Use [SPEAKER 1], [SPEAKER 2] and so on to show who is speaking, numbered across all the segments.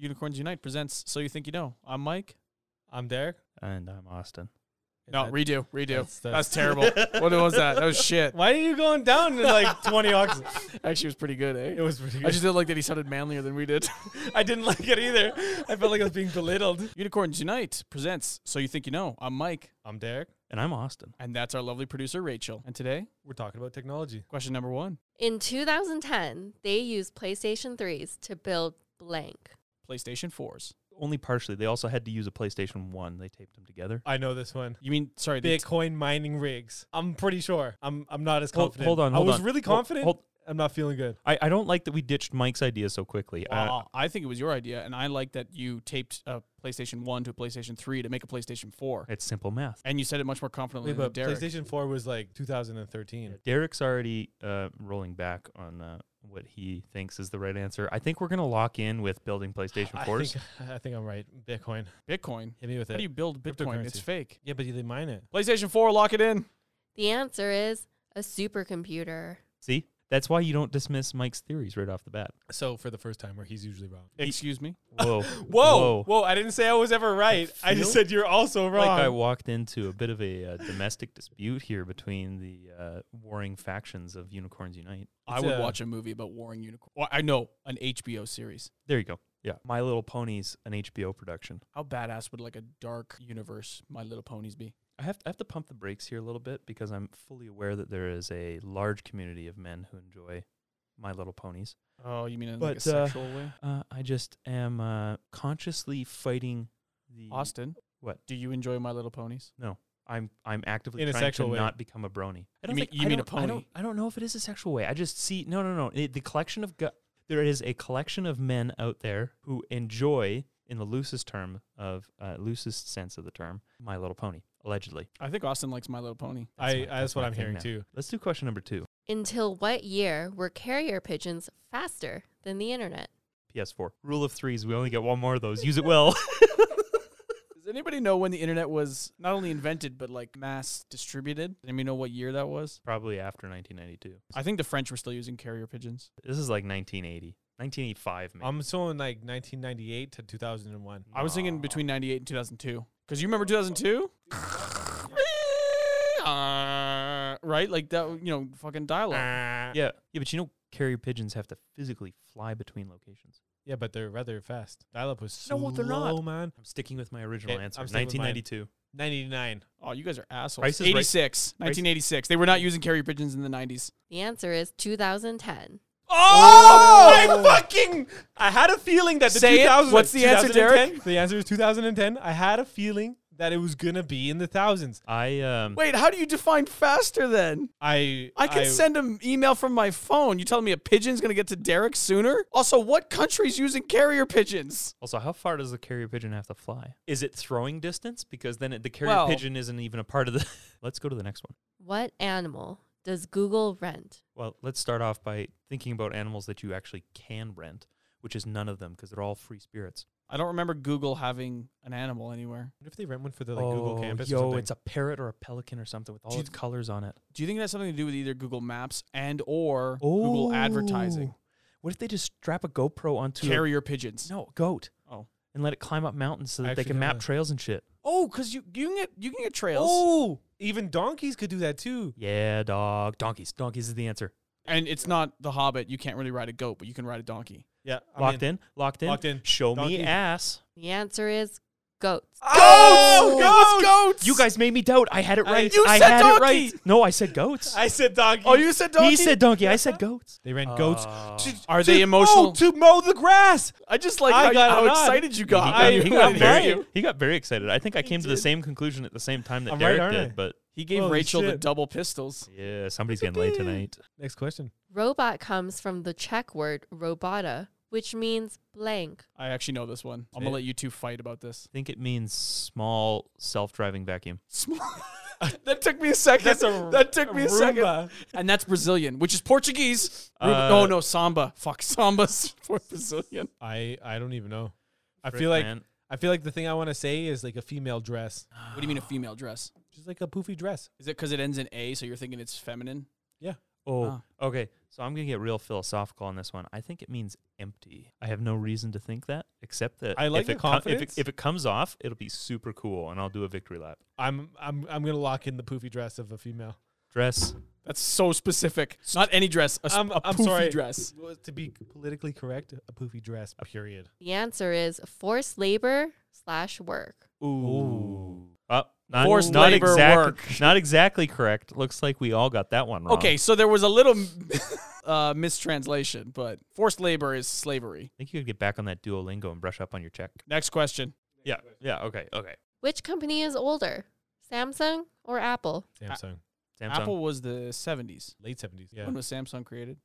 [SPEAKER 1] Unicorns Unite presents So You Think You Know. I'm Mike.
[SPEAKER 2] I'm Derek.
[SPEAKER 3] And I'm Austin.
[SPEAKER 2] Is
[SPEAKER 1] No,
[SPEAKER 2] that-
[SPEAKER 1] redo, redo. That's,
[SPEAKER 2] That's-
[SPEAKER 1] terrible. what was that? That was shit.
[SPEAKER 2] Why are you going down to like 20 octaves?
[SPEAKER 1] Actually, it was pretty good,
[SPEAKER 2] It
[SPEAKER 1] eh?
[SPEAKER 2] was pretty good.
[SPEAKER 1] I just didn't like that he sounded manlier than we did.
[SPEAKER 2] I didn't like it either. I felt like I was being belittled.
[SPEAKER 1] Unicorns Unite presents So You Think You Know. I'm Mike,
[SPEAKER 2] I'm Derek.
[SPEAKER 3] And I'm Austin.
[SPEAKER 1] and that's our lovely producer, Rachel. And today,
[SPEAKER 2] We're talking about technology.
[SPEAKER 1] question number one
[SPEAKER 4] In 2010, they used PlayStation 3s to build blank.
[SPEAKER 1] PlayStation 4s.
[SPEAKER 3] Only partially. They also had to use a PlayStation 1. They taped them together.
[SPEAKER 2] I know this one.
[SPEAKER 1] You mean, sorry, the t-
[SPEAKER 2] Bitcoin mining rigs. I'm pretty sure. I'm I'm not as
[SPEAKER 3] Hold-
[SPEAKER 2] confident.
[SPEAKER 3] hold on, hold
[SPEAKER 2] I was
[SPEAKER 3] on.
[SPEAKER 2] really
[SPEAKER 3] Hold-
[SPEAKER 2] confident.
[SPEAKER 3] hold-
[SPEAKER 2] I'm not feeling good.
[SPEAKER 3] I, I don't like that we ditched Mike's idea so quickly. Uh,
[SPEAKER 1] Wow, Ah, I think it was your idea, and I like that you taped a PlayStation 1 to a PlayStation 3 to make a PlayStation 4.
[SPEAKER 3] it's simple math.
[SPEAKER 1] And you said it much more confidently
[SPEAKER 2] Wait,
[SPEAKER 1] than
[SPEAKER 2] but
[SPEAKER 1] Derek.
[SPEAKER 2] PlayStation 4 was like 2013.
[SPEAKER 3] Derek's already uh, rolling back on uh, what he thinks is the right answer. I think we're going to lock in with building PlayStation
[SPEAKER 2] I
[SPEAKER 3] 4s.
[SPEAKER 2] think, I think I'm right. Bitcoin.
[SPEAKER 1] Bitcoin.
[SPEAKER 2] Hit me with
[SPEAKER 1] How
[SPEAKER 2] it.
[SPEAKER 1] do you build Bitcoin? It's
[SPEAKER 2] Cryptocurrency.
[SPEAKER 1] fake.
[SPEAKER 2] yeah, but they mine it.
[SPEAKER 1] PlayStation 4, lock it in.
[SPEAKER 4] The answer is a supercomputer.
[SPEAKER 3] See? That's why you don't dismiss Mike's theories right off the bat.
[SPEAKER 2] So for the first time, where he's usually wrong.
[SPEAKER 1] Excuse me.
[SPEAKER 3] Whoa.
[SPEAKER 2] Whoa, whoa! I didn't say I was ever right. I just
[SPEAKER 3] feel
[SPEAKER 2] said you're also
[SPEAKER 3] like
[SPEAKER 2] wrong.
[SPEAKER 3] I walked into a bit of a uh, domestic dispute here between the uh, warring factions of Unicorns Unite.
[SPEAKER 1] I
[SPEAKER 2] It's
[SPEAKER 1] would
[SPEAKER 2] a-
[SPEAKER 1] watch a movie about warring unicorns. Well, I know an HBO series.
[SPEAKER 3] There you go. Yeah. My Little Ponies, an HBO production.
[SPEAKER 1] How badass would like a dark universe My Little Ponies be?
[SPEAKER 3] I have, to, I have to pump the brakes here a little bit because I'm fully aware that there is a large community of men who enjoy My Little Ponies.
[SPEAKER 1] Oh, you mean in like
[SPEAKER 3] But,
[SPEAKER 1] a
[SPEAKER 3] uh,
[SPEAKER 1] sexual way?
[SPEAKER 3] Uh, I just am uh, consciously fighting the.
[SPEAKER 1] Austin,
[SPEAKER 3] What?
[SPEAKER 1] do you enjoy My Little Ponies?
[SPEAKER 3] I'm I'm actively
[SPEAKER 2] In a
[SPEAKER 3] trying
[SPEAKER 2] sexual
[SPEAKER 3] to
[SPEAKER 2] way.
[SPEAKER 3] not become a brony. I
[SPEAKER 1] mean-
[SPEAKER 3] think-
[SPEAKER 1] you
[SPEAKER 3] I
[SPEAKER 1] mean a
[SPEAKER 3] don't- I don't,
[SPEAKER 1] pony.
[SPEAKER 3] I don't know if it is a sexual way. I just see no no no it, the collection of gu- there is a collection of men out there who enjoy in the loosest term of uh, loosest sense of the term My Little Pony allegedly.
[SPEAKER 1] I think Austin likes My Little Pony.
[SPEAKER 2] I,
[SPEAKER 3] my-
[SPEAKER 2] I, that's what
[SPEAKER 3] my
[SPEAKER 2] I'm
[SPEAKER 3] thing
[SPEAKER 2] hearing
[SPEAKER 3] now.
[SPEAKER 2] too.
[SPEAKER 3] Let's do question number two.
[SPEAKER 4] Until what year were carrier pigeons faster than the internet?
[SPEAKER 3] PS4. Rule of threes. We only get one more of those. Use it well.
[SPEAKER 1] Does anybody know when the internet was not only invented but like mass distributed? Does anybody know what year that was?
[SPEAKER 3] Probably after 1992.
[SPEAKER 1] I think the French were still using carrier pigeons.
[SPEAKER 3] This is like 1980, 1985. Maybe.
[SPEAKER 2] I'm still in like 1998 to 2001.
[SPEAKER 1] I was thinking between 98 and 2002. Because you remember 2002? Ah, right? Like that, you know, fucking dialogue.
[SPEAKER 3] yeah, Ah. yeah, but you know, carrier pigeons have to physically fly between locations.
[SPEAKER 2] Yeah, but they're rather fast. Dial up was
[SPEAKER 3] No,
[SPEAKER 2] slow,
[SPEAKER 3] well, they're not.
[SPEAKER 2] man.
[SPEAKER 3] I'm sticking with my original
[SPEAKER 2] Okay,
[SPEAKER 3] answer.
[SPEAKER 2] Eh, I'm sticking with mine.
[SPEAKER 3] 1992.
[SPEAKER 2] 99.
[SPEAKER 1] Oh, you guys are assholes.
[SPEAKER 3] Price is Right-
[SPEAKER 1] 86, 1986. They were not using carrier pigeons in the 90s.
[SPEAKER 4] The answer is 2010.
[SPEAKER 2] Oh, I fucking! I had a feeling that the
[SPEAKER 1] Say it.
[SPEAKER 2] 2000
[SPEAKER 1] What's the answer,
[SPEAKER 2] 2010 The answer is 2010. I had a feeling that it was gonna be in the thousands.
[SPEAKER 3] I um.
[SPEAKER 1] Wait, how do you define faster then?
[SPEAKER 2] I
[SPEAKER 1] I can
[SPEAKER 2] I,
[SPEAKER 1] send an email from my phone. You telling me a pigeon's going to get to Derek sooner? Also, what country's using carrier pigeons?
[SPEAKER 3] Also, how far does the carrier pigeon have to fly? Is it throwing distance? Because then it, the carrier
[SPEAKER 1] Well-
[SPEAKER 3] pigeon isn't even a part of the. let's go to the next one.
[SPEAKER 4] What animal does Google rent?
[SPEAKER 3] Well, let's start off by thinking about animals that you actually can rent, which is none of them because they're all free spirits.
[SPEAKER 1] I don't remember Google having an animal anywhere.
[SPEAKER 2] wonder if they rent one for the like Google campus.
[SPEAKER 3] Oh, Yo,
[SPEAKER 2] or something.
[SPEAKER 3] it's a parrot or a pelican or something with all
[SPEAKER 1] you
[SPEAKER 3] its colors on it.
[SPEAKER 1] Do you think it has something to do with either Google Maps and or Google advertising?
[SPEAKER 3] What if they just strap a GoPro onto a
[SPEAKER 1] Carrier pigeons.
[SPEAKER 3] no goat?
[SPEAKER 1] Oh.
[SPEAKER 3] and let it climb up mountains so
[SPEAKER 2] I
[SPEAKER 3] that they
[SPEAKER 2] actually
[SPEAKER 3] can
[SPEAKER 2] know
[SPEAKER 3] map
[SPEAKER 2] that.
[SPEAKER 3] trails and shit.
[SPEAKER 1] Oh, because you, you can get you can get trails.
[SPEAKER 2] oh, even donkeys could do that too.
[SPEAKER 3] Yeah, dog, donkeys, donkeys is the answer.
[SPEAKER 1] And it's not the Hobbit. You can't really ride a goat, but you can ride a donkey.
[SPEAKER 2] Yeah,
[SPEAKER 3] Locked in, locked in,
[SPEAKER 2] Locked in.
[SPEAKER 3] Show
[SPEAKER 2] Donkey.
[SPEAKER 3] me ass.
[SPEAKER 4] The answer is goats.
[SPEAKER 2] Oh,
[SPEAKER 1] Oh, goats!
[SPEAKER 3] You guys made me doubt. I had it
[SPEAKER 2] I-
[SPEAKER 3] right.
[SPEAKER 1] You
[SPEAKER 3] I
[SPEAKER 1] said
[SPEAKER 3] had it right.
[SPEAKER 1] donkey!
[SPEAKER 3] No, I said goats.
[SPEAKER 2] I said donkey.
[SPEAKER 1] Oh, you said donkey.
[SPEAKER 3] He said donkey. I said goats.
[SPEAKER 2] They rent goats.
[SPEAKER 3] Oh.
[SPEAKER 2] to-
[SPEAKER 1] Are
[SPEAKER 2] to
[SPEAKER 1] they
[SPEAKER 2] mow-
[SPEAKER 1] emotional?
[SPEAKER 2] to mow the grass.
[SPEAKER 1] I just like
[SPEAKER 2] I
[SPEAKER 1] how,
[SPEAKER 2] got
[SPEAKER 1] how
[SPEAKER 2] it on.
[SPEAKER 1] excited you got.
[SPEAKER 2] I-
[SPEAKER 3] he, got,
[SPEAKER 2] I'm
[SPEAKER 3] he, got
[SPEAKER 2] right.
[SPEAKER 3] very, he got very excited. I think I came to the same conclusion at the same time that
[SPEAKER 2] I'm right,
[SPEAKER 3] Derek
[SPEAKER 2] aren't I?
[SPEAKER 3] did. But
[SPEAKER 1] He gave
[SPEAKER 2] Holy
[SPEAKER 1] Rachel the
[SPEAKER 2] shit.
[SPEAKER 1] double pistols.
[SPEAKER 3] yeah, somebody's getting late tonight.
[SPEAKER 2] Next question.
[SPEAKER 4] Robot comes from the Czech word robota, which means blank.
[SPEAKER 1] I actually know this one. I'm gonna
[SPEAKER 2] Say it.
[SPEAKER 1] let you two fight about this.
[SPEAKER 3] think it means small self-driving vacuum.
[SPEAKER 1] that took me a second.
[SPEAKER 2] That's a-
[SPEAKER 1] that took me a second.
[SPEAKER 2] Roomba.
[SPEAKER 1] And that's Brazilian, which is Portuguese. Ru-
[SPEAKER 3] Uh,
[SPEAKER 1] no, no, samba. Fuck, samba's for Brazilian.
[SPEAKER 2] I I don't even know. I
[SPEAKER 3] Frick,
[SPEAKER 2] feel like
[SPEAKER 3] man.
[SPEAKER 2] I feel like the thing I want to say is like a female dress,
[SPEAKER 1] What do you mean a female dress?
[SPEAKER 2] just like a poofy dress.
[SPEAKER 1] Is it because it ends in a, so you're thinking it's feminine?
[SPEAKER 3] Oh, okay. So I'm going to get real philosophical on this one. I think it means empty. I have no reason to think that, except that
[SPEAKER 2] I like
[SPEAKER 3] if,
[SPEAKER 2] the
[SPEAKER 3] it com- if, it,
[SPEAKER 2] confidence.
[SPEAKER 3] if it comes off, it'll be super cool, and I'll do a victory lap.
[SPEAKER 2] I'm I'm I'm gonna lock in the poofy dress of a female.
[SPEAKER 3] Dress.
[SPEAKER 1] That's so specific. Not any dress. A, s-
[SPEAKER 2] I'm-
[SPEAKER 1] a
[SPEAKER 2] I'm
[SPEAKER 1] poofy
[SPEAKER 2] sorry.
[SPEAKER 1] dress.
[SPEAKER 2] Well, To be politically correct, a poofy dress. Period.
[SPEAKER 4] The answer is forced labor slash work.
[SPEAKER 3] Ooh. Uh, not,
[SPEAKER 1] Forced
[SPEAKER 3] not
[SPEAKER 1] labor
[SPEAKER 3] exact-
[SPEAKER 1] work.
[SPEAKER 3] Not exactly correct. Looks like we all got that one
[SPEAKER 2] Uh,
[SPEAKER 3] wrong.
[SPEAKER 1] Okay,
[SPEAKER 3] I
[SPEAKER 1] so there was a little uh, mistranslation, but forced labor is slavery.
[SPEAKER 3] think you could get back on that Duolingo and brush up on your check.
[SPEAKER 1] Next question.
[SPEAKER 3] Yeah. Yeah. Okay. Okay.
[SPEAKER 4] Which company is older, Samsung or Apple?
[SPEAKER 2] Samsung,
[SPEAKER 3] Samsung.
[SPEAKER 1] Apple was the 70s.
[SPEAKER 2] late seventies. Yeah,
[SPEAKER 1] When was Samsung created?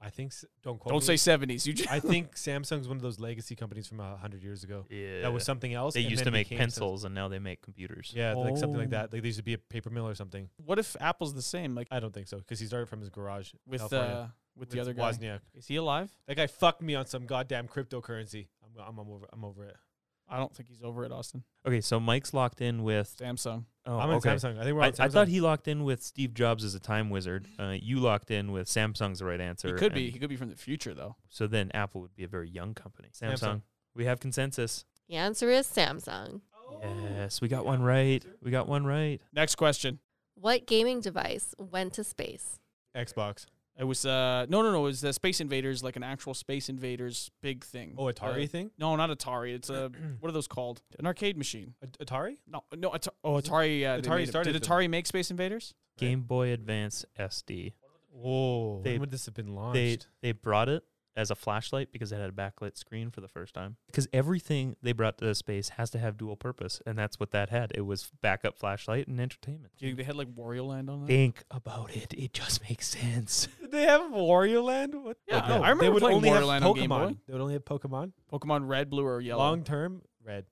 [SPEAKER 2] I think. s- Don't quote.
[SPEAKER 1] Don't
[SPEAKER 2] me.
[SPEAKER 1] say 70s. You just
[SPEAKER 2] I think Samsung's one of those legacy companies from a hundred years ago.
[SPEAKER 3] Yeah.
[SPEAKER 2] That was something else.
[SPEAKER 3] they
[SPEAKER 2] and
[SPEAKER 3] used
[SPEAKER 2] then
[SPEAKER 3] to make
[SPEAKER 2] became Samsung.
[SPEAKER 3] pencils, and now they make computers.
[SPEAKER 2] Yeah, like something like
[SPEAKER 1] Oh.
[SPEAKER 2] that. Like there used to be a paper mill or something.
[SPEAKER 1] What if Apple's the same, like
[SPEAKER 2] I don't think so because he started from his garage in
[SPEAKER 1] with
[SPEAKER 2] California,
[SPEAKER 1] uh, with the other guy?
[SPEAKER 2] Wozniak.
[SPEAKER 1] Is he alive?
[SPEAKER 2] That guy fucked me on some goddamn cryptocurrency. I'm, I'm, I'm over. I'm over it.
[SPEAKER 1] I don't think he's over at Austin.
[SPEAKER 3] Okay. So Mike's locked in with.
[SPEAKER 1] Samsung.
[SPEAKER 3] Oh,
[SPEAKER 2] I'm on
[SPEAKER 3] okay.
[SPEAKER 2] Samsung. I think we're on
[SPEAKER 3] I,
[SPEAKER 2] Samsung.
[SPEAKER 3] I thought he locked in with Steve Jobs as a time wizard. Uh, you locked in with Samsung's the right answer.
[SPEAKER 1] He could be.
[SPEAKER 3] and-
[SPEAKER 1] He could be from the future, though.
[SPEAKER 3] So then Apple would be a very young company. Samsung.
[SPEAKER 2] Samsung.
[SPEAKER 3] We have consensus.
[SPEAKER 4] The answer is Samsung.
[SPEAKER 2] Oh.
[SPEAKER 3] Yes, we got one right. We got one right.
[SPEAKER 1] Next question.
[SPEAKER 4] What gaming device went to space?
[SPEAKER 2] Xbox.
[SPEAKER 1] It was uh no no no. It was the Space Invaders, like an actual Space Invaders big thing.
[SPEAKER 2] Oh, Atari
[SPEAKER 1] Uh,
[SPEAKER 2] thing.
[SPEAKER 1] no, not Atari. It's a what are those called? An arcade machine.
[SPEAKER 2] At- Atari.
[SPEAKER 1] No no. At- oh Atari. Uh, they
[SPEAKER 2] Atari
[SPEAKER 1] made 'em.
[SPEAKER 2] started
[SPEAKER 1] Did
[SPEAKER 2] them.
[SPEAKER 1] Atari make Space Invaders?
[SPEAKER 3] Game Boy Advance SD.
[SPEAKER 2] Whoa.
[SPEAKER 3] They-
[SPEAKER 2] when would this have been launched?
[SPEAKER 3] They they brought it as a flashlight because it had a backlit screen for the first time. Because everything they brought to the space has to have dual purpose, and that's what that had. It was backup flashlight and entertainment.
[SPEAKER 1] Do you think they had like Wario Land on that?
[SPEAKER 3] Think about it. It just makes sense.
[SPEAKER 2] Did they have Wario Land? What?
[SPEAKER 1] Yeah,
[SPEAKER 3] Like, no,
[SPEAKER 1] I remember
[SPEAKER 2] they would
[SPEAKER 1] playing
[SPEAKER 2] only
[SPEAKER 1] Wario
[SPEAKER 2] have
[SPEAKER 1] Land on Game
[SPEAKER 2] Pokemon.
[SPEAKER 1] Boy.
[SPEAKER 2] They would only have Pokemon.
[SPEAKER 1] Pokemon Red, Blue, or Yellow.
[SPEAKER 2] Long term, red and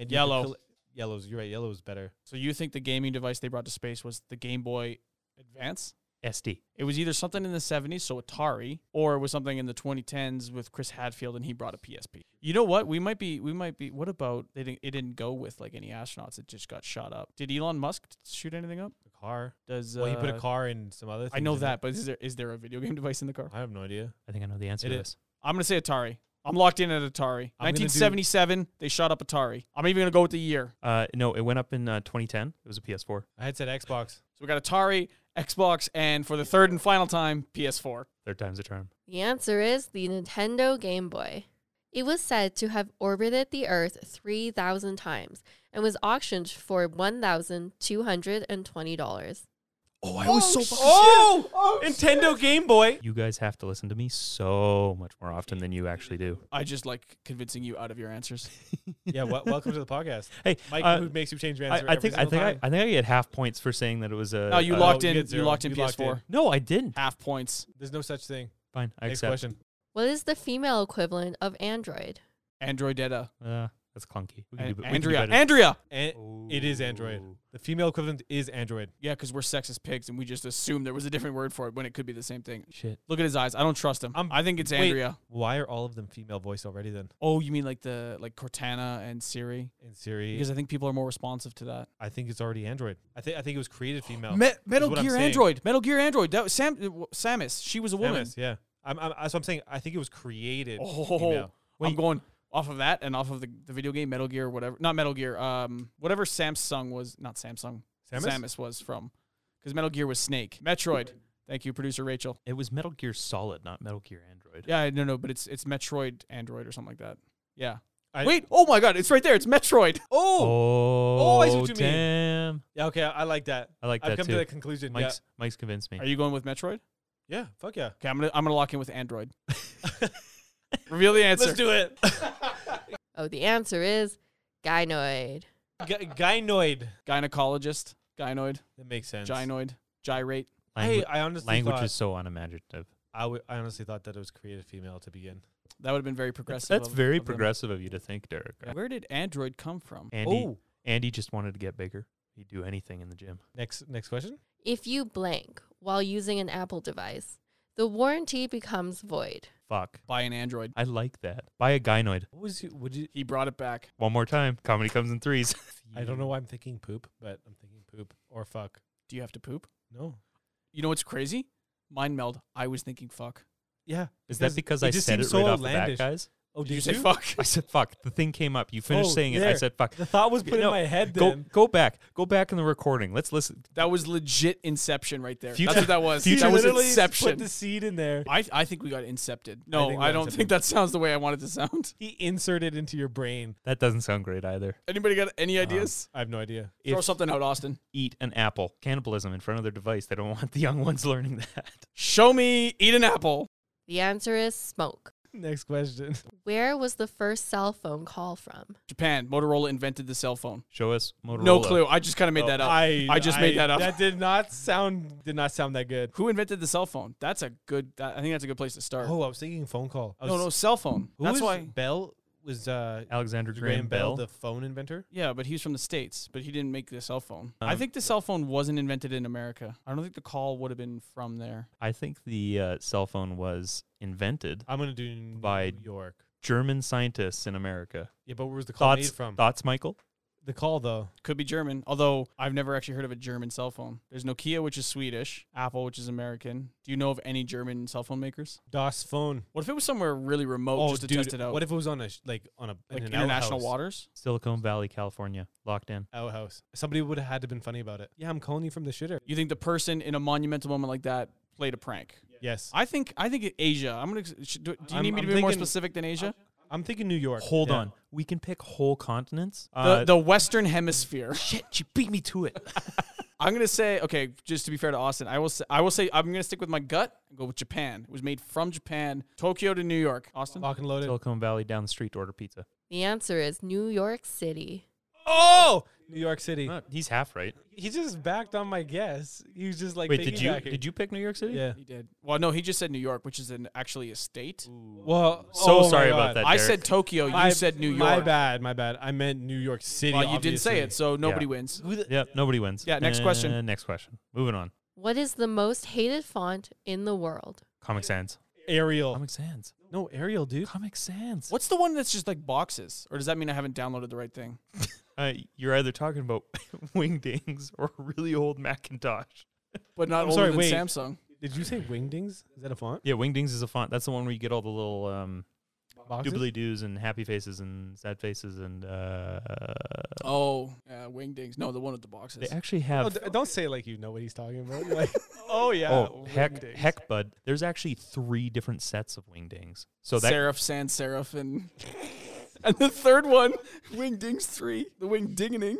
[SPEAKER 2] you could
[SPEAKER 1] Yellow.
[SPEAKER 2] collect- yellows. You're right. Yellow is better.
[SPEAKER 1] so you think the gaming device they brought to space was the Game Boy Advance?
[SPEAKER 3] SD.
[SPEAKER 1] It was either something in the 70s, so Atari, or it was something in the 2010s with Chris Hadfield, and he brought a PSP. You know what? We might be, we might be. What about they didn't? It didn't go with like any astronauts. It just got shot up. Did Elon Musk shoot anything up?
[SPEAKER 2] A car.
[SPEAKER 1] Does
[SPEAKER 2] well, he put a
[SPEAKER 1] uh,
[SPEAKER 2] car in some other.
[SPEAKER 1] I
[SPEAKER 2] things
[SPEAKER 1] know
[SPEAKER 2] in it.
[SPEAKER 1] that, but is there is there a video game device in the car?
[SPEAKER 2] I have no idea.
[SPEAKER 3] I think I know the answer
[SPEAKER 2] It
[SPEAKER 3] to
[SPEAKER 2] is.
[SPEAKER 3] this.
[SPEAKER 1] I'm gonna say Atari. I'm locked in at Atari.
[SPEAKER 2] I'm gonna do-
[SPEAKER 1] 1977, they shot up Atari. I'm even gonna go with the year.
[SPEAKER 3] Uh, no, it went up in uh, 2010. It was a PS4.
[SPEAKER 2] I had said Xbox.
[SPEAKER 1] So we got Atari, Xbox, and for the third and final time, PS4.
[SPEAKER 3] Third time's a charm.
[SPEAKER 4] The answer is the Nintendo Game Boy. It was said to have orbited the Earth 3,000 times and was auctioned for $1,220.
[SPEAKER 2] Oh,
[SPEAKER 1] I was so fucking
[SPEAKER 2] Oh, Nintendo Game Boy.
[SPEAKER 3] You guys have to listen to me so much more often than you actually do.
[SPEAKER 1] I just like convincing you out of your answers.
[SPEAKER 2] Yeah, wel- welcome to the podcast.
[SPEAKER 3] Hey,
[SPEAKER 2] Mike,
[SPEAKER 3] uh,
[SPEAKER 2] who makes you change your
[SPEAKER 3] I,
[SPEAKER 2] answer?
[SPEAKER 3] I
[SPEAKER 2] every
[SPEAKER 3] think I
[SPEAKER 2] single
[SPEAKER 3] think I,
[SPEAKER 2] time.
[SPEAKER 3] I think I get half points for saying that it was a.
[SPEAKER 1] No, you
[SPEAKER 3] a-
[SPEAKER 1] locked
[SPEAKER 2] you
[SPEAKER 1] in.
[SPEAKER 2] get
[SPEAKER 1] You
[SPEAKER 2] zero.
[SPEAKER 1] locked in
[SPEAKER 2] You locked
[SPEAKER 1] PS4.
[SPEAKER 3] No, I didn't.
[SPEAKER 1] Half points.
[SPEAKER 2] There's no such thing.
[SPEAKER 3] Fine, I
[SPEAKER 2] Next
[SPEAKER 3] accept.
[SPEAKER 2] question.
[SPEAKER 4] What is the female equivalent of Android?
[SPEAKER 1] Android Data.
[SPEAKER 3] Uh, that's clunky. We
[SPEAKER 1] An-
[SPEAKER 3] be- we
[SPEAKER 1] Andrea.
[SPEAKER 3] better.
[SPEAKER 1] Andrea.
[SPEAKER 2] And it is Android.
[SPEAKER 3] Ooh.
[SPEAKER 2] The female equivalent is Android.
[SPEAKER 1] Yeah, because we're sexist pigs and we just assume there was a different word for it when it could be the same thing.
[SPEAKER 3] Shit.
[SPEAKER 1] Look at his eyes. I don't trust him.
[SPEAKER 2] I'm-
[SPEAKER 1] i think it's
[SPEAKER 2] wait.
[SPEAKER 1] Andrea.
[SPEAKER 2] Why are all of them female voiced already then?
[SPEAKER 1] Oh, you mean like the like Cortana and Siri?
[SPEAKER 2] In Siri,
[SPEAKER 1] Because I think people are more responsive to that.
[SPEAKER 2] I think it's already Android. I think I think it was created female.
[SPEAKER 1] Me- Metal
[SPEAKER 2] Oh, what I'm
[SPEAKER 1] Gear
[SPEAKER 2] saying.
[SPEAKER 1] Android. Metal Gear Android. That was Sam uh, w- Samus. She was a woman.
[SPEAKER 2] Samus, yeah. I'm, I'm, that's what I'm saying. I think it was created
[SPEAKER 1] Oh,
[SPEAKER 2] female.
[SPEAKER 1] I'm going off of that and off of the, the video game Metal Gear, whatever. Not Metal Gear. Um, whatever Samsung was, not Samsung.
[SPEAKER 2] Samus?
[SPEAKER 1] was from, because Metal Gear was Snake. Metroid. Thank you, producer Rachel.
[SPEAKER 3] It was Metal Gear Solid, not Metal Gear Android.
[SPEAKER 1] Yeah, no, no, but it's it's Metroid Android or something like that. Yeah.
[SPEAKER 2] I-
[SPEAKER 1] Wait. Oh my God! It's right there. It's Metroid.
[SPEAKER 2] Oh,
[SPEAKER 3] Oh,
[SPEAKER 2] I see what you mean.
[SPEAKER 3] damn.
[SPEAKER 2] yeah. Okay, I, I like that.
[SPEAKER 3] I like
[SPEAKER 2] I've
[SPEAKER 3] that
[SPEAKER 2] come
[SPEAKER 3] too.
[SPEAKER 2] to the conclusion.
[SPEAKER 3] Mike's Mike's convinced me.
[SPEAKER 1] Oh. Are you going with Metroid?
[SPEAKER 2] yeah. yeah, fuck yeah.
[SPEAKER 1] Okay, I'm gonna I'm gonna lock in with Android. Reveal the answer.
[SPEAKER 2] Let's do it.
[SPEAKER 4] Oh, the answer is gynoid.
[SPEAKER 2] Gy- gynoid.
[SPEAKER 1] Gynecologist. Gynoid.
[SPEAKER 2] That makes sense.
[SPEAKER 1] Gynoid. Gyrate.
[SPEAKER 2] I,
[SPEAKER 3] Langu-
[SPEAKER 2] I honestly
[SPEAKER 3] language
[SPEAKER 2] thought,
[SPEAKER 3] is so unimaginative.
[SPEAKER 2] I, w- I honestly thought that it was created female to begin.
[SPEAKER 1] That would have been very
[SPEAKER 3] That's,
[SPEAKER 1] progressive.
[SPEAKER 3] that's
[SPEAKER 1] of-
[SPEAKER 3] very
[SPEAKER 1] of them.
[SPEAKER 3] progressive of you to think, Derek.
[SPEAKER 1] Where did Android come from?
[SPEAKER 3] Andy
[SPEAKER 2] Oh.
[SPEAKER 3] Andy just wanted to get bigger. He'd do anything in the gym.
[SPEAKER 2] Next next question.
[SPEAKER 4] If you blank while using an Apple device, the warranty becomes void.
[SPEAKER 3] Fuck.
[SPEAKER 1] By an Android.
[SPEAKER 3] I like that. Buy a gynoid.
[SPEAKER 2] What was you, would you?
[SPEAKER 1] He brought it back.
[SPEAKER 3] One more time. Comedy comes in threes.
[SPEAKER 2] I don't know why I'm thinking poop, but I'm thinking poop or fuck.
[SPEAKER 1] Do you have to poop?
[SPEAKER 2] No.
[SPEAKER 1] You know what's crazy? Mind meld. I was thinking fuck.
[SPEAKER 2] Yeah. Because
[SPEAKER 3] Is that because
[SPEAKER 2] it
[SPEAKER 3] I
[SPEAKER 2] just
[SPEAKER 3] said it right
[SPEAKER 2] seems so
[SPEAKER 3] off the bat,
[SPEAKER 2] outlandish.
[SPEAKER 3] guys?
[SPEAKER 2] Oh,
[SPEAKER 1] Did, you, say fuck?
[SPEAKER 3] I said fuck. The thing came up. You finished
[SPEAKER 2] Oh,
[SPEAKER 3] saying it. I
[SPEAKER 2] there.
[SPEAKER 3] said fuck.
[SPEAKER 2] The thought was put
[SPEAKER 3] No,
[SPEAKER 2] in my head
[SPEAKER 3] Go
[SPEAKER 2] then.
[SPEAKER 3] go back. Go back in the recording. Let's listen.
[SPEAKER 1] That was legit Inception right there.
[SPEAKER 3] Future-
[SPEAKER 1] that's what that was.
[SPEAKER 3] future
[SPEAKER 1] that was
[SPEAKER 2] literally put
[SPEAKER 1] Inception.
[SPEAKER 2] the seed in there.
[SPEAKER 1] I, I think we got incepted.
[SPEAKER 2] I
[SPEAKER 1] No,
[SPEAKER 2] think
[SPEAKER 1] I,
[SPEAKER 2] we
[SPEAKER 1] don't
[SPEAKER 2] incepted.
[SPEAKER 1] think that sounds the way I want it to sound.
[SPEAKER 2] He inserted into your brain. Um,
[SPEAKER 3] That doesn't sound great either.
[SPEAKER 1] Anybody got any
[SPEAKER 2] Uh-huh.
[SPEAKER 1] ideas?
[SPEAKER 2] I have no idea.
[SPEAKER 1] Throw
[SPEAKER 3] If-
[SPEAKER 1] something out, Austin.
[SPEAKER 3] Eat an apple. Cannibalism in front of their device. They don't want the young ones learning that.
[SPEAKER 1] Show me eat an apple.
[SPEAKER 4] The answer is smoke.
[SPEAKER 2] Next question.
[SPEAKER 4] Where was the first cell phone call from?
[SPEAKER 1] Japan. Motorola invented the cell phone.
[SPEAKER 3] Show us Motorola.
[SPEAKER 1] No clue. I just kind of made
[SPEAKER 3] Oh,
[SPEAKER 1] that up.
[SPEAKER 2] I
[SPEAKER 1] I just made that up.
[SPEAKER 2] That did not sound did not sound that good.
[SPEAKER 1] Who invented the cell phone? That's a good. That, I think that's a good place to start.
[SPEAKER 2] Oh, I was thinking phone call. I
[SPEAKER 1] no, no,
[SPEAKER 2] was-
[SPEAKER 1] cell phone.
[SPEAKER 2] who
[SPEAKER 1] that's
[SPEAKER 2] was
[SPEAKER 1] why.
[SPEAKER 2] Bell was uh
[SPEAKER 3] Alexander
[SPEAKER 2] Graham, Bell, the phone inventor.
[SPEAKER 1] Yeah, but he's from the states, but he didn't make the cell phone. I
[SPEAKER 2] Uh-huh.
[SPEAKER 3] Um,
[SPEAKER 1] think the cell phone wasn't invented in America. I don't think the call would have been from there.
[SPEAKER 3] I think the uh, cell phone was invented
[SPEAKER 2] I'm gonna do New
[SPEAKER 3] By-
[SPEAKER 2] York.
[SPEAKER 3] German scientists in America.
[SPEAKER 2] Yeah, but where was the call
[SPEAKER 3] Thoughts?
[SPEAKER 2] made from?
[SPEAKER 3] Thoughts, Michael?
[SPEAKER 2] The call though.
[SPEAKER 1] Could be German, although I've never actually heard of a German cell phone. There's Nokia, which is Swedish, Apple, which is American. Do you know of any German cell phone makers?
[SPEAKER 2] DOS phone.
[SPEAKER 1] What if it was somewhere really remote
[SPEAKER 2] oh,
[SPEAKER 1] just to
[SPEAKER 2] dude,
[SPEAKER 1] test it out?
[SPEAKER 2] What if it was on a sh- like on a
[SPEAKER 1] like
[SPEAKER 2] in an
[SPEAKER 1] international
[SPEAKER 2] outhouse?
[SPEAKER 1] waters?
[SPEAKER 3] Silicon Valley, California, locked in.
[SPEAKER 2] Outhouse. Somebody would have had to been funny about it. Yeah, I'm calling you from the shitter.
[SPEAKER 1] You think the person in a monumental moment like that played a prank?
[SPEAKER 2] Yes.
[SPEAKER 1] I think I think it- Asia. I'm gonna. Should, do, do you
[SPEAKER 2] I'm-
[SPEAKER 1] need me
[SPEAKER 2] I'm
[SPEAKER 1] to be more
[SPEAKER 2] thinking-
[SPEAKER 1] specific than Asia?
[SPEAKER 2] I'm thinking New York.
[SPEAKER 3] Hold
[SPEAKER 2] Yeah.
[SPEAKER 3] on. We can pick whole continents. Uh,
[SPEAKER 2] Uh,
[SPEAKER 1] the, the Western Hemisphere.
[SPEAKER 3] shit, you beat me to it.
[SPEAKER 1] I'm gonna say okay. Just to be fair to Austin, I will say I will say I'm gonna stick with my gut and go with Japan. It was made from Japan, Tokyo to New York. Austin.
[SPEAKER 2] Lock and loaded.
[SPEAKER 3] Silicon Valley down the street to order pizza.
[SPEAKER 4] The answer is New York City.
[SPEAKER 2] Oh, New York City.
[SPEAKER 3] Uh, he's half right.
[SPEAKER 2] He just backed on my guess. He was just like,
[SPEAKER 3] Wait, did you
[SPEAKER 2] piggybacking.
[SPEAKER 3] did you pick New York City?
[SPEAKER 2] Yeah.
[SPEAKER 1] He did. Well, no, he just said New York, which is an actually a state.
[SPEAKER 2] Well,
[SPEAKER 3] So
[SPEAKER 2] oh my
[SPEAKER 3] sorry about
[SPEAKER 2] God.
[SPEAKER 3] that.
[SPEAKER 1] I
[SPEAKER 3] Derek.
[SPEAKER 1] said Tokyo. You
[SPEAKER 2] My-
[SPEAKER 1] said New York.
[SPEAKER 2] My bad. My bad. I meant New York City.
[SPEAKER 1] Well, you didn't say it, so nobody
[SPEAKER 3] Yeah.
[SPEAKER 1] wins.
[SPEAKER 3] Yeah, nobody wins.
[SPEAKER 1] Yeah, next question.
[SPEAKER 3] Uh, next question. Moving on.
[SPEAKER 4] What is the most hated font in the world?
[SPEAKER 3] Comic Sans.
[SPEAKER 2] Ariel.
[SPEAKER 3] Comic Sans.
[SPEAKER 2] No, Ariel, dude.
[SPEAKER 3] Comic Sans.
[SPEAKER 1] What's the one that's just like boxes? Or does that mean I haven't downloaded the right thing?
[SPEAKER 3] Uh, you're either talking about Wingdings or really old Macintosh.
[SPEAKER 1] But not
[SPEAKER 2] I'm
[SPEAKER 1] older
[SPEAKER 2] sorry,
[SPEAKER 1] than
[SPEAKER 2] wait.
[SPEAKER 1] Samsung.
[SPEAKER 2] Did you say Wingdings? Is that a font?
[SPEAKER 3] Yeah, Wingdings is a font. That's the one where you get all the little um,
[SPEAKER 2] Boxes?
[SPEAKER 3] doobly doos and happy faces and sad faces and. Uh,
[SPEAKER 1] Oh, uh, Wingdings. No, the one with the
[SPEAKER 3] They
[SPEAKER 1] boxes.
[SPEAKER 3] actually
[SPEAKER 2] Oh,
[SPEAKER 3] have.
[SPEAKER 2] d- don't say like you know what he's talking about. You're like, oh yeah.
[SPEAKER 3] Oh, heck,
[SPEAKER 2] Wingdings.
[SPEAKER 3] heck, bud. There's actually three different sets of Wingdings. So that
[SPEAKER 1] Seraph, Sans Seraph, and and the third one, Wingdings three, the Wing Dinganing.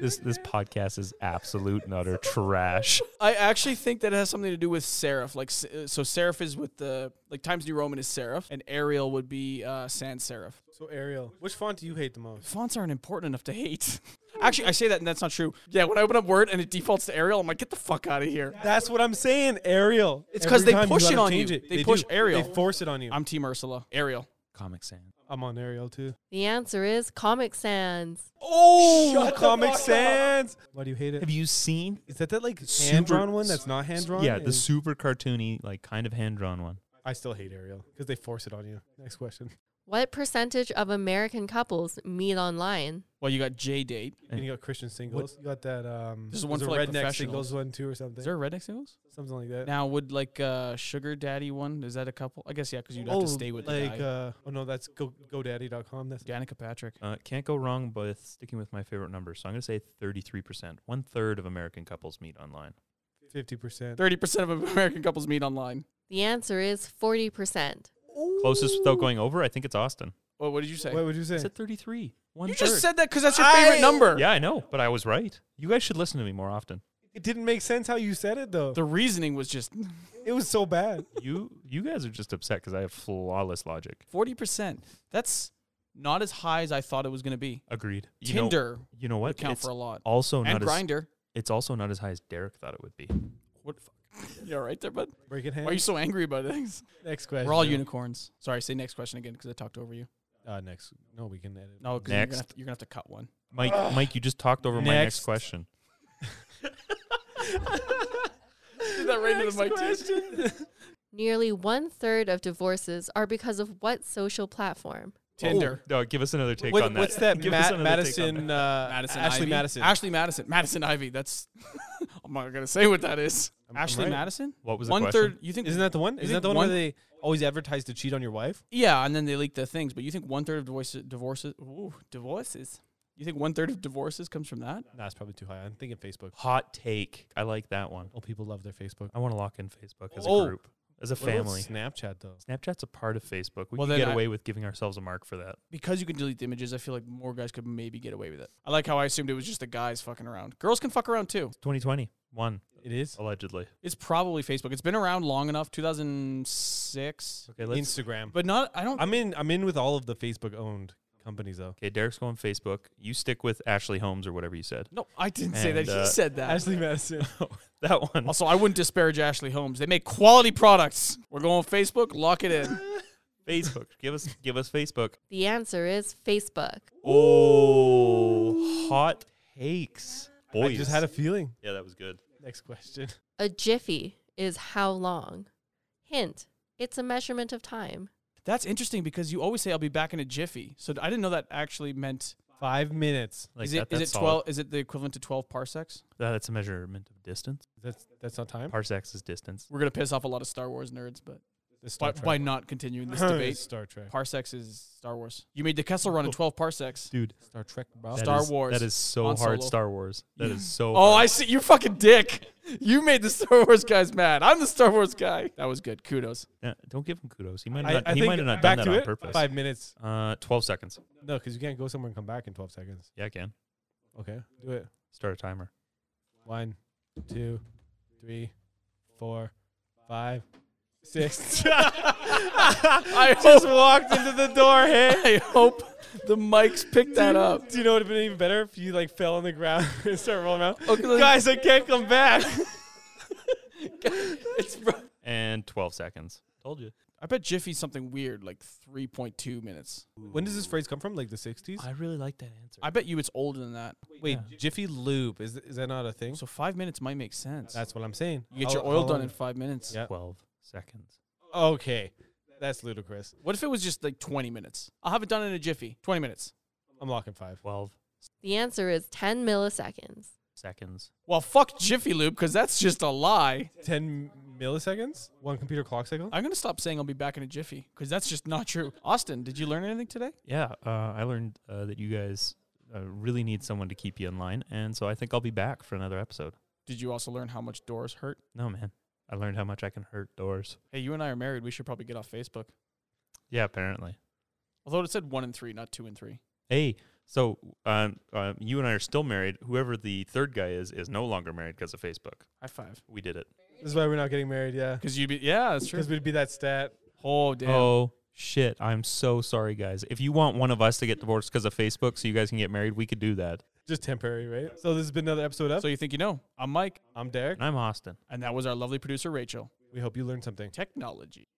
[SPEAKER 3] this this podcast is absolute and utter trash.
[SPEAKER 1] I actually think that it has something to do with Seraph. Like, s- uh, so Seraph is with the like Times New Roman is Seraph, and Arial would be uh, Sans Seraph.
[SPEAKER 2] So Ariel, which font do you hate the most?
[SPEAKER 1] Fonts aren't important enough to hate. actually, I say that, and that's not true. Yeah, when I open up Word and it defaults to Arial, I'm like, get the fuck out of here.
[SPEAKER 2] That's what I'm saying, Ariel.
[SPEAKER 1] It's 'cause
[SPEAKER 2] Every
[SPEAKER 1] they
[SPEAKER 2] time
[SPEAKER 1] push
[SPEAKER 2] gotta
[SPEAKER 1] it on
[SPEAKER 2] change
[SPEAKER 1] you. They push
[SPEAKER 2] do.
[SPEAKER 1] Ariel.
[SPEAKER 2] They force it on you. I'm,
[SPEAKER 1] I'm Team Ursula. Arial.
[SPEAKER 3] Comic Sans.
[SPEAKER 2] on Ariel too.
[SPEAKER 4] The answer is Comic Sans.
[SPEAKER 2] Oh, Comic Sans. Why do you hate it?
[SPEAKER 3] Have you seen?
[SPEAKER 2] Is that that like
[SPEAKER 3] Super-
[SPEAKER 2] hand drawn one that's not hand drawn?
[SPEAKER 3] Yeah, the
[SPEAKER 2] And
[SPEAKER 3] super cartoony, like kind of hand drawn one.
[SPEAKER 2] I still hate Ariel because they force it on you. Next question.
[SPEAKER 4] What percentage of American couples meet online?
[SPEAKER 1] Well, you got J Date.
[SPEAKER 2] And you got Christian singles. You got that. Um,
[SPEAKER 1] This is one
[SPEAKER 2] there's
[SPEAKER 1] for,
[SPEAKER 2] a
[SPEAKER 1] like,
[SPEAKER 2] redneck
[SPEAKER 1] professionals.
[SPEAKER 2] singles one too, or something.
[SPEAKER 1] Is there a redneck singles?
[SPEAKER 2] something like that.
[SPEAKER 1] Now, would like uh, Sugar Daddy one? Is that a couple? I guess yeah, because you'd have to stay with
[SPEAKER 2] Oh,
[SPEAKER 1] the
[SPEAKER 2] like.
[SPEAKER 1] guy.
[SPEAKER 2] Uh, oh no, that's go GoDaddy.com. That's
[SPEAKER 1] Danica Patrick.
[SPEAKER 3] Uh, can't go wrong with sticking with my favorite number. So I'm going to say 33%. One third of American couples meet online.
[SPEAKER 2] fifty percent.
[SPEAKER 1] Thirty percent of American couples meet online.
[SPEAKER 4] The answer is 40%.
[SPEAKER 3] Closest without going over, I think it's Austin.
[SPEAKER 1] Well, what did you say?
[SPEAKER 2] What would you
[SPEAKER 3] I
[SPEAKER 2] say?
[SPEAKER 3] said 33. One
[SPEAKER 1] you just
[SPEAKER 3] third.
[SPEAKER 1] said that because that's your favorite
[SPEAKER 2] I-
[SPEAKER 1] number.
[SPEAKER 3] Yeah, I know, but I was right. You guys should listen to me more often.
[SPEAKER 2] It didn't make sense how you said it though.
[SPEAKER 1] The reasoning was just
[SPEAKER 2] it was so bad.
[SPEAKER 3] You you guys are just upset because I have flawless logic.
[SPEAKER 1] forty percent. That's not as high as I thought it was going to be.
[SPEAKER 3] Agreed. You know-
[SPEAKER 1] Tinder
[SPEAKER 3] you know
[SPEAKER 1] would
[SPEAKER 3] what?
[SPEAKER 1] count
[SPEAKER 3] It's
[SPEAKER 1] for a lot,
[SPEAKER 3] also
[SPEAKER 1] and
[SPEAKER 3] not as,
[SPEAKER 1] Grinder.
[SPEAKER 3] it's also not as high as Derek thought it would be.
[SPEAKER 1] What the fuck? You all right there, bud?
[SPEAKER 2] Break it
[SPEAKER 1] Why are you
[SPEAKER 2] hands.
[SPEAKER 1] so angry about things?
[SPEAKER 2] Next question.
[SPEAKER 1] We're all unicorns. Sorry, say next question again because I talked over you.
[SPEAKER 2] Uh, next. No, we can edit.
[SPEAKER 1] No, 'cause you're gonna,
[SPEAKER 3] Next.
[SPEAKER 1] have to, you're gonna have to cut one.
[SPEAKER 3] Mike, Mike, you just talked over my next
[SPEAKER 2] Next.
[SPEAKER 3] question.
[SPEAKER 1] Did that right into the mic too?
[SPEAKER 4] Nearly one third of divorces are because of what social platform?
[SPEAKER 1] Tinder.
[SPEAKER 3] Oh, no, give us another take
[SPEAKER 2] What-
[SPEAKER 3] on that.
[SPEAKER 2] What's that?
[SPEAKER 3] Give us
[SPEAKER 2] Matt,
[SPEAKER 3] another take on
[SPEAKER 2] Madison, uh,
[SPEAKER 3] Oh,
[SPEAKER 1] Madison
[SPEAKER 2] Ashley
[SPEAKER 1] Ivy.
[SPEAKER 2] Madison.
[SPEAKER 1] Ashley Madison. Madison Ivy. That's I'm not gonna say what that is.
[SPEAKER 2] I'm- I'm
[SPEAKER 1] Ashley
[SPEAKER 2] right.
[SPEAKER 1] Madison?
[SPEAKER 3] What was the
[SPEAKER 1] One
[SPEAKER 3] question?
[SPEAKER 1] third you think
[SPEAKER 2] Isn't that the one? Isn't
[SPEAKER 1] think
[SPEAKER 2] that the one,
[SPEAKER 1] one-
[SPEAKER 2] where they always advertise to cheat on your wife?
[SPEAKER 1] Yeah, and then they leak the things, but you think one third of divorces divorces ooh, divorces. You think one third of divorces comes from that?
[SPEAKER 2] Nah, it's probably too high. I'm thinking Facebook.
[SPEAKER 3] Hot take. I like that one.
[SPEAKER 2] Oh, people love their Facebook.
[SPEAKER 3] I want to lock in Facebook as
[SPEAKER 2] Oh.
[SPEAKER 3] a group, as a
[SPEAKER 2] What about
[SPEAKER 3] family.
[SPEAKER 2] Snapchat though.
[SPEAKER 3] Snapchat's a part of Facebook. We
[SPEAKER 1] Well,
[SPEAKER 3] can
[SPEAKER 1] then
[SPEAKER 3] get
[SPEAKER 1] I-
[SPEAKER 3] away with giving ourselves a mark for that.
[SPEAKER 1] Because you can delete the images, I feel like more guys could maybe get away with it. I like how I assumed it was just the guys fucking around. Girls can fuck around too.
[SPEAKER 3] 2020, one
[SPEAKER 2] It is
[SPEAKER 3] allegedly.
[SPEAKER 1] It's probably Facebook. It's been around long enough, 2006.
[SPEAKER 3] Okay, let's.
[SPEAKER 2] Instagram.
[SPEAKER 1] But not I don't
[SPEAKER 2] I'm in. I'm in with all of the Facebook owned companies though.
[SPEAKER 3] okay, Derek's going Facebook. You stick with Ashley Holmes or whatever you said.
[SPEAKER 1] No, I didn't say that.
[SPEAKER 3] And, uh,
[SPEAKER 1] he said that.
[SPEAKER 2] Ashley Madison.
[SPEAKER 3] That one.
[SPEAKER 1] Also, I wouldn't disparage Ashley Holmes. They make quality products. We're going Facebook. Lock it in.
[SPEAKER 3] Facebook. Give us give us Facebook.
[SPEAKER 4] The answer is Facebook.
[SPEAKER 3] Oh, hot takes. Boys.
[SPEAKER 2] I just had a feeling.
[SPEAKER 3] yeah, that was good.
[SPEAKER 2] Next question.
[SPEAKER 4] A jiffy is how long? Hint, it's a measurement of time.
[SPEAKER 1] That's interesting because you always say I'll be back in a jiffy. So I didn't know that actually meant.
[SPEAKER 2] Five minutes.
[SPEAKER 3] Like
[SPEAKER 1] is
[SPEAKER 3] that,
[SPEAKER 1] it is
[SPEAKER 3] that's
[SPEAKER 1] it
[SPEAKER 3] solid.
[SPEAKER 1] twelve? Is it the equivalent to twelve parsecs?
[SPEAKER 3] That- that's a measurement of distance.
[SPEAKER 2] That's that's not time.
[SPEAKER 3] Parsecs is distance.
[SPEAKER 1] We're gonna piss off a lot of Star Wars nerds, but
[SPEAKER 2] It's Star
[SPEAKER 1] by,
[SPEAKER 2] Trek.
[SPEAKER 1] by not continuing this
[SPEAKER 2] It's
[SPEAKER 1] debate,
[SPEAKER 2] Star Trek.
[SPEAKER 1] parsecs is Star Wars. You made the Kessel
[SPEAKER 2] Oh.
[SPEAKER 1] Run in twelve parsecs.
[SPEAKER 3] Dude,
[SPEAKER 2] Star Trek, bro.
[SPEAKER 3] that
[SPEAKER 1] Star
[SPEAKER 3] is-
[SPEAKER 1] Wars.
[SPEAKER 3] That is so
[SPEAKER 1] Han
[SPEAKER 3] hard.
[SPEAKER 1] Solo.
[SPEAKER 3] Star Wars. That is so.
[SPEAKER 1] Oh, I
[SPEAKER 3] hard.
[SPEAKER 1] see. You fucking dick. You made the Star Wars guys mad. I'm the Star Wars guy. That was good. Kudos.
[SPEAKER 3] Yeah, don't give him kudos. He might
[SPEAKER 2] I-
[SPEAKER 3] not.
[SPEAKER 2] I
[SPEAKER 3] he
[SPEAKER 2] think
[SPEAKER 3] might have not
[SPEAKER 2] back
[SPEAKER 3] done
[SPEAKER 2] to
[SPEAKER 3] that on
[SPEAKER 2] it,
[SPEAKER 3] purpose.
[SPEAKER 2] Five minutes.
[SPEAKER 3] Uh, twelve seconds.
[SPEAKER 2] No, because you can't go somewhere and come back in 12 seconds.
[SPEAKER 3] Yeah, I can
[SPEAKER 2] Okay, do it.
[SPEAKER 3] start a timer.
[SPEAKER 2] One, two, three, four, five, six.
[SPEAKER 1] I
[SPEAKER 2] Just
[SPEAKER 1] hope-
[SPEAKER 2] walked into the door. Hey,
[SPEAKER 1] I hope the mics picked that up.
[SPEAKER 2] Do you know what would have been even better if you like fell on the ground and started rolling around?
[SPEAKER 1] Okay, let's-
[SPEAKER 2] Guys, I can't come back.
[SPEAKER 1] it's ru-
[SPEAKER 3] And twelve seconds. Told you.
[SPEAKER 1] I bet Jiffy's something weird, like 3.2 minutes.
[SPEAKER 2] When does this phrase come from? Like the 60s?
[SPEAKER 3] I really like that answer.
[SPEAKER 1] I bet you it's older than that.
[SPEAKER 2] Wait,
[SPEAKER 3] Yeah.
[SPEAKER 2] Jiffy Lube is is that not a thing?
[SPEAKER 1] So five minutes might make sense.
[SPEAKER 2] That's what I'm saying.
[SPEAKER 1] you get
[SPEAKER 2] How-
[SPEAKER 1] your oil
[SPEAKER 2] how
[SPEAKER 1] done
[SPEAKER 2] long-
[SPEAKER 1] in five minutes.
[SPEAKER 2] Yeah.
[SPEAKER 3] Twelve seconds.
[SPEAKER 2] Okay, that's ludicrous.
[SPEAKER 1] What if it was just like 20 minutes? I'll have it done in a jiffy. 20 minutes.
[SPEAKER 2] I'm locking five.
[SPEAKER 3] Twelve
[SPEAKER 4] The answer is 10 milliseconds.
[SPEAKER 3] seconds.
[SPEAKER 1] Well, fuck Jiffy Lube because that's just a lie.
[SPEAKER 2] Ten milliseconds? One computer clock cycle?
[SPEAKER 1] I'm going to stop saying I'll be back in a jiffy because that's just not true. Austin, did you learn anything today?
[SPEAKER 3] Yeah, uh, I learned uh, that you guys uh, really need someone to keep you in line, and so I think I'll be back for another episode.
[SPEAKER 1] Did you also learn how much doors hurt?
[SPEAKER 3] No, man, I learned how much I can hurt doors.
[SPEAKER 1] Hey, you and I are married. We should probably get off Facebook.
[SPEAKER 3] Yeah, apparently.
[SPEAKER 1] Although it said one and three, not two and three.
[SPEAKER 3] Hey, so um, uh, you and I are still married. Whoever the third guy is is no longer married because of Facebook.
[SPEAKER 1] High five.
[SPEAKER 3] We did it.
[SPEAKER 2] This is why we're not getting married. Yeah,
[SPEAKER 1] Because you'd be, yeah, that's true.
[SPEAKER 2] because we'd be that stat.
[SPEAKER 1] Oh, damn.
[SPEAKER 3] Oh shit! I'm so sorry, guys. If you want one of us to get divorced because of Facebook, so you guys can get married, we could do that.
[SPEAKER 2] Just temporary, right? So this has been another episode of.
[SPEAKER 1] So you think you know. I'm Mike,
[SPEAKER 2] I'm Derek.
[SPEAKER 3] And I'm Austin.
[SPEAKER 1] and that was our lovely producer, Rachel.
[SPEAKER 2] We hope you learned something.
[SPEAKER 1] Technology.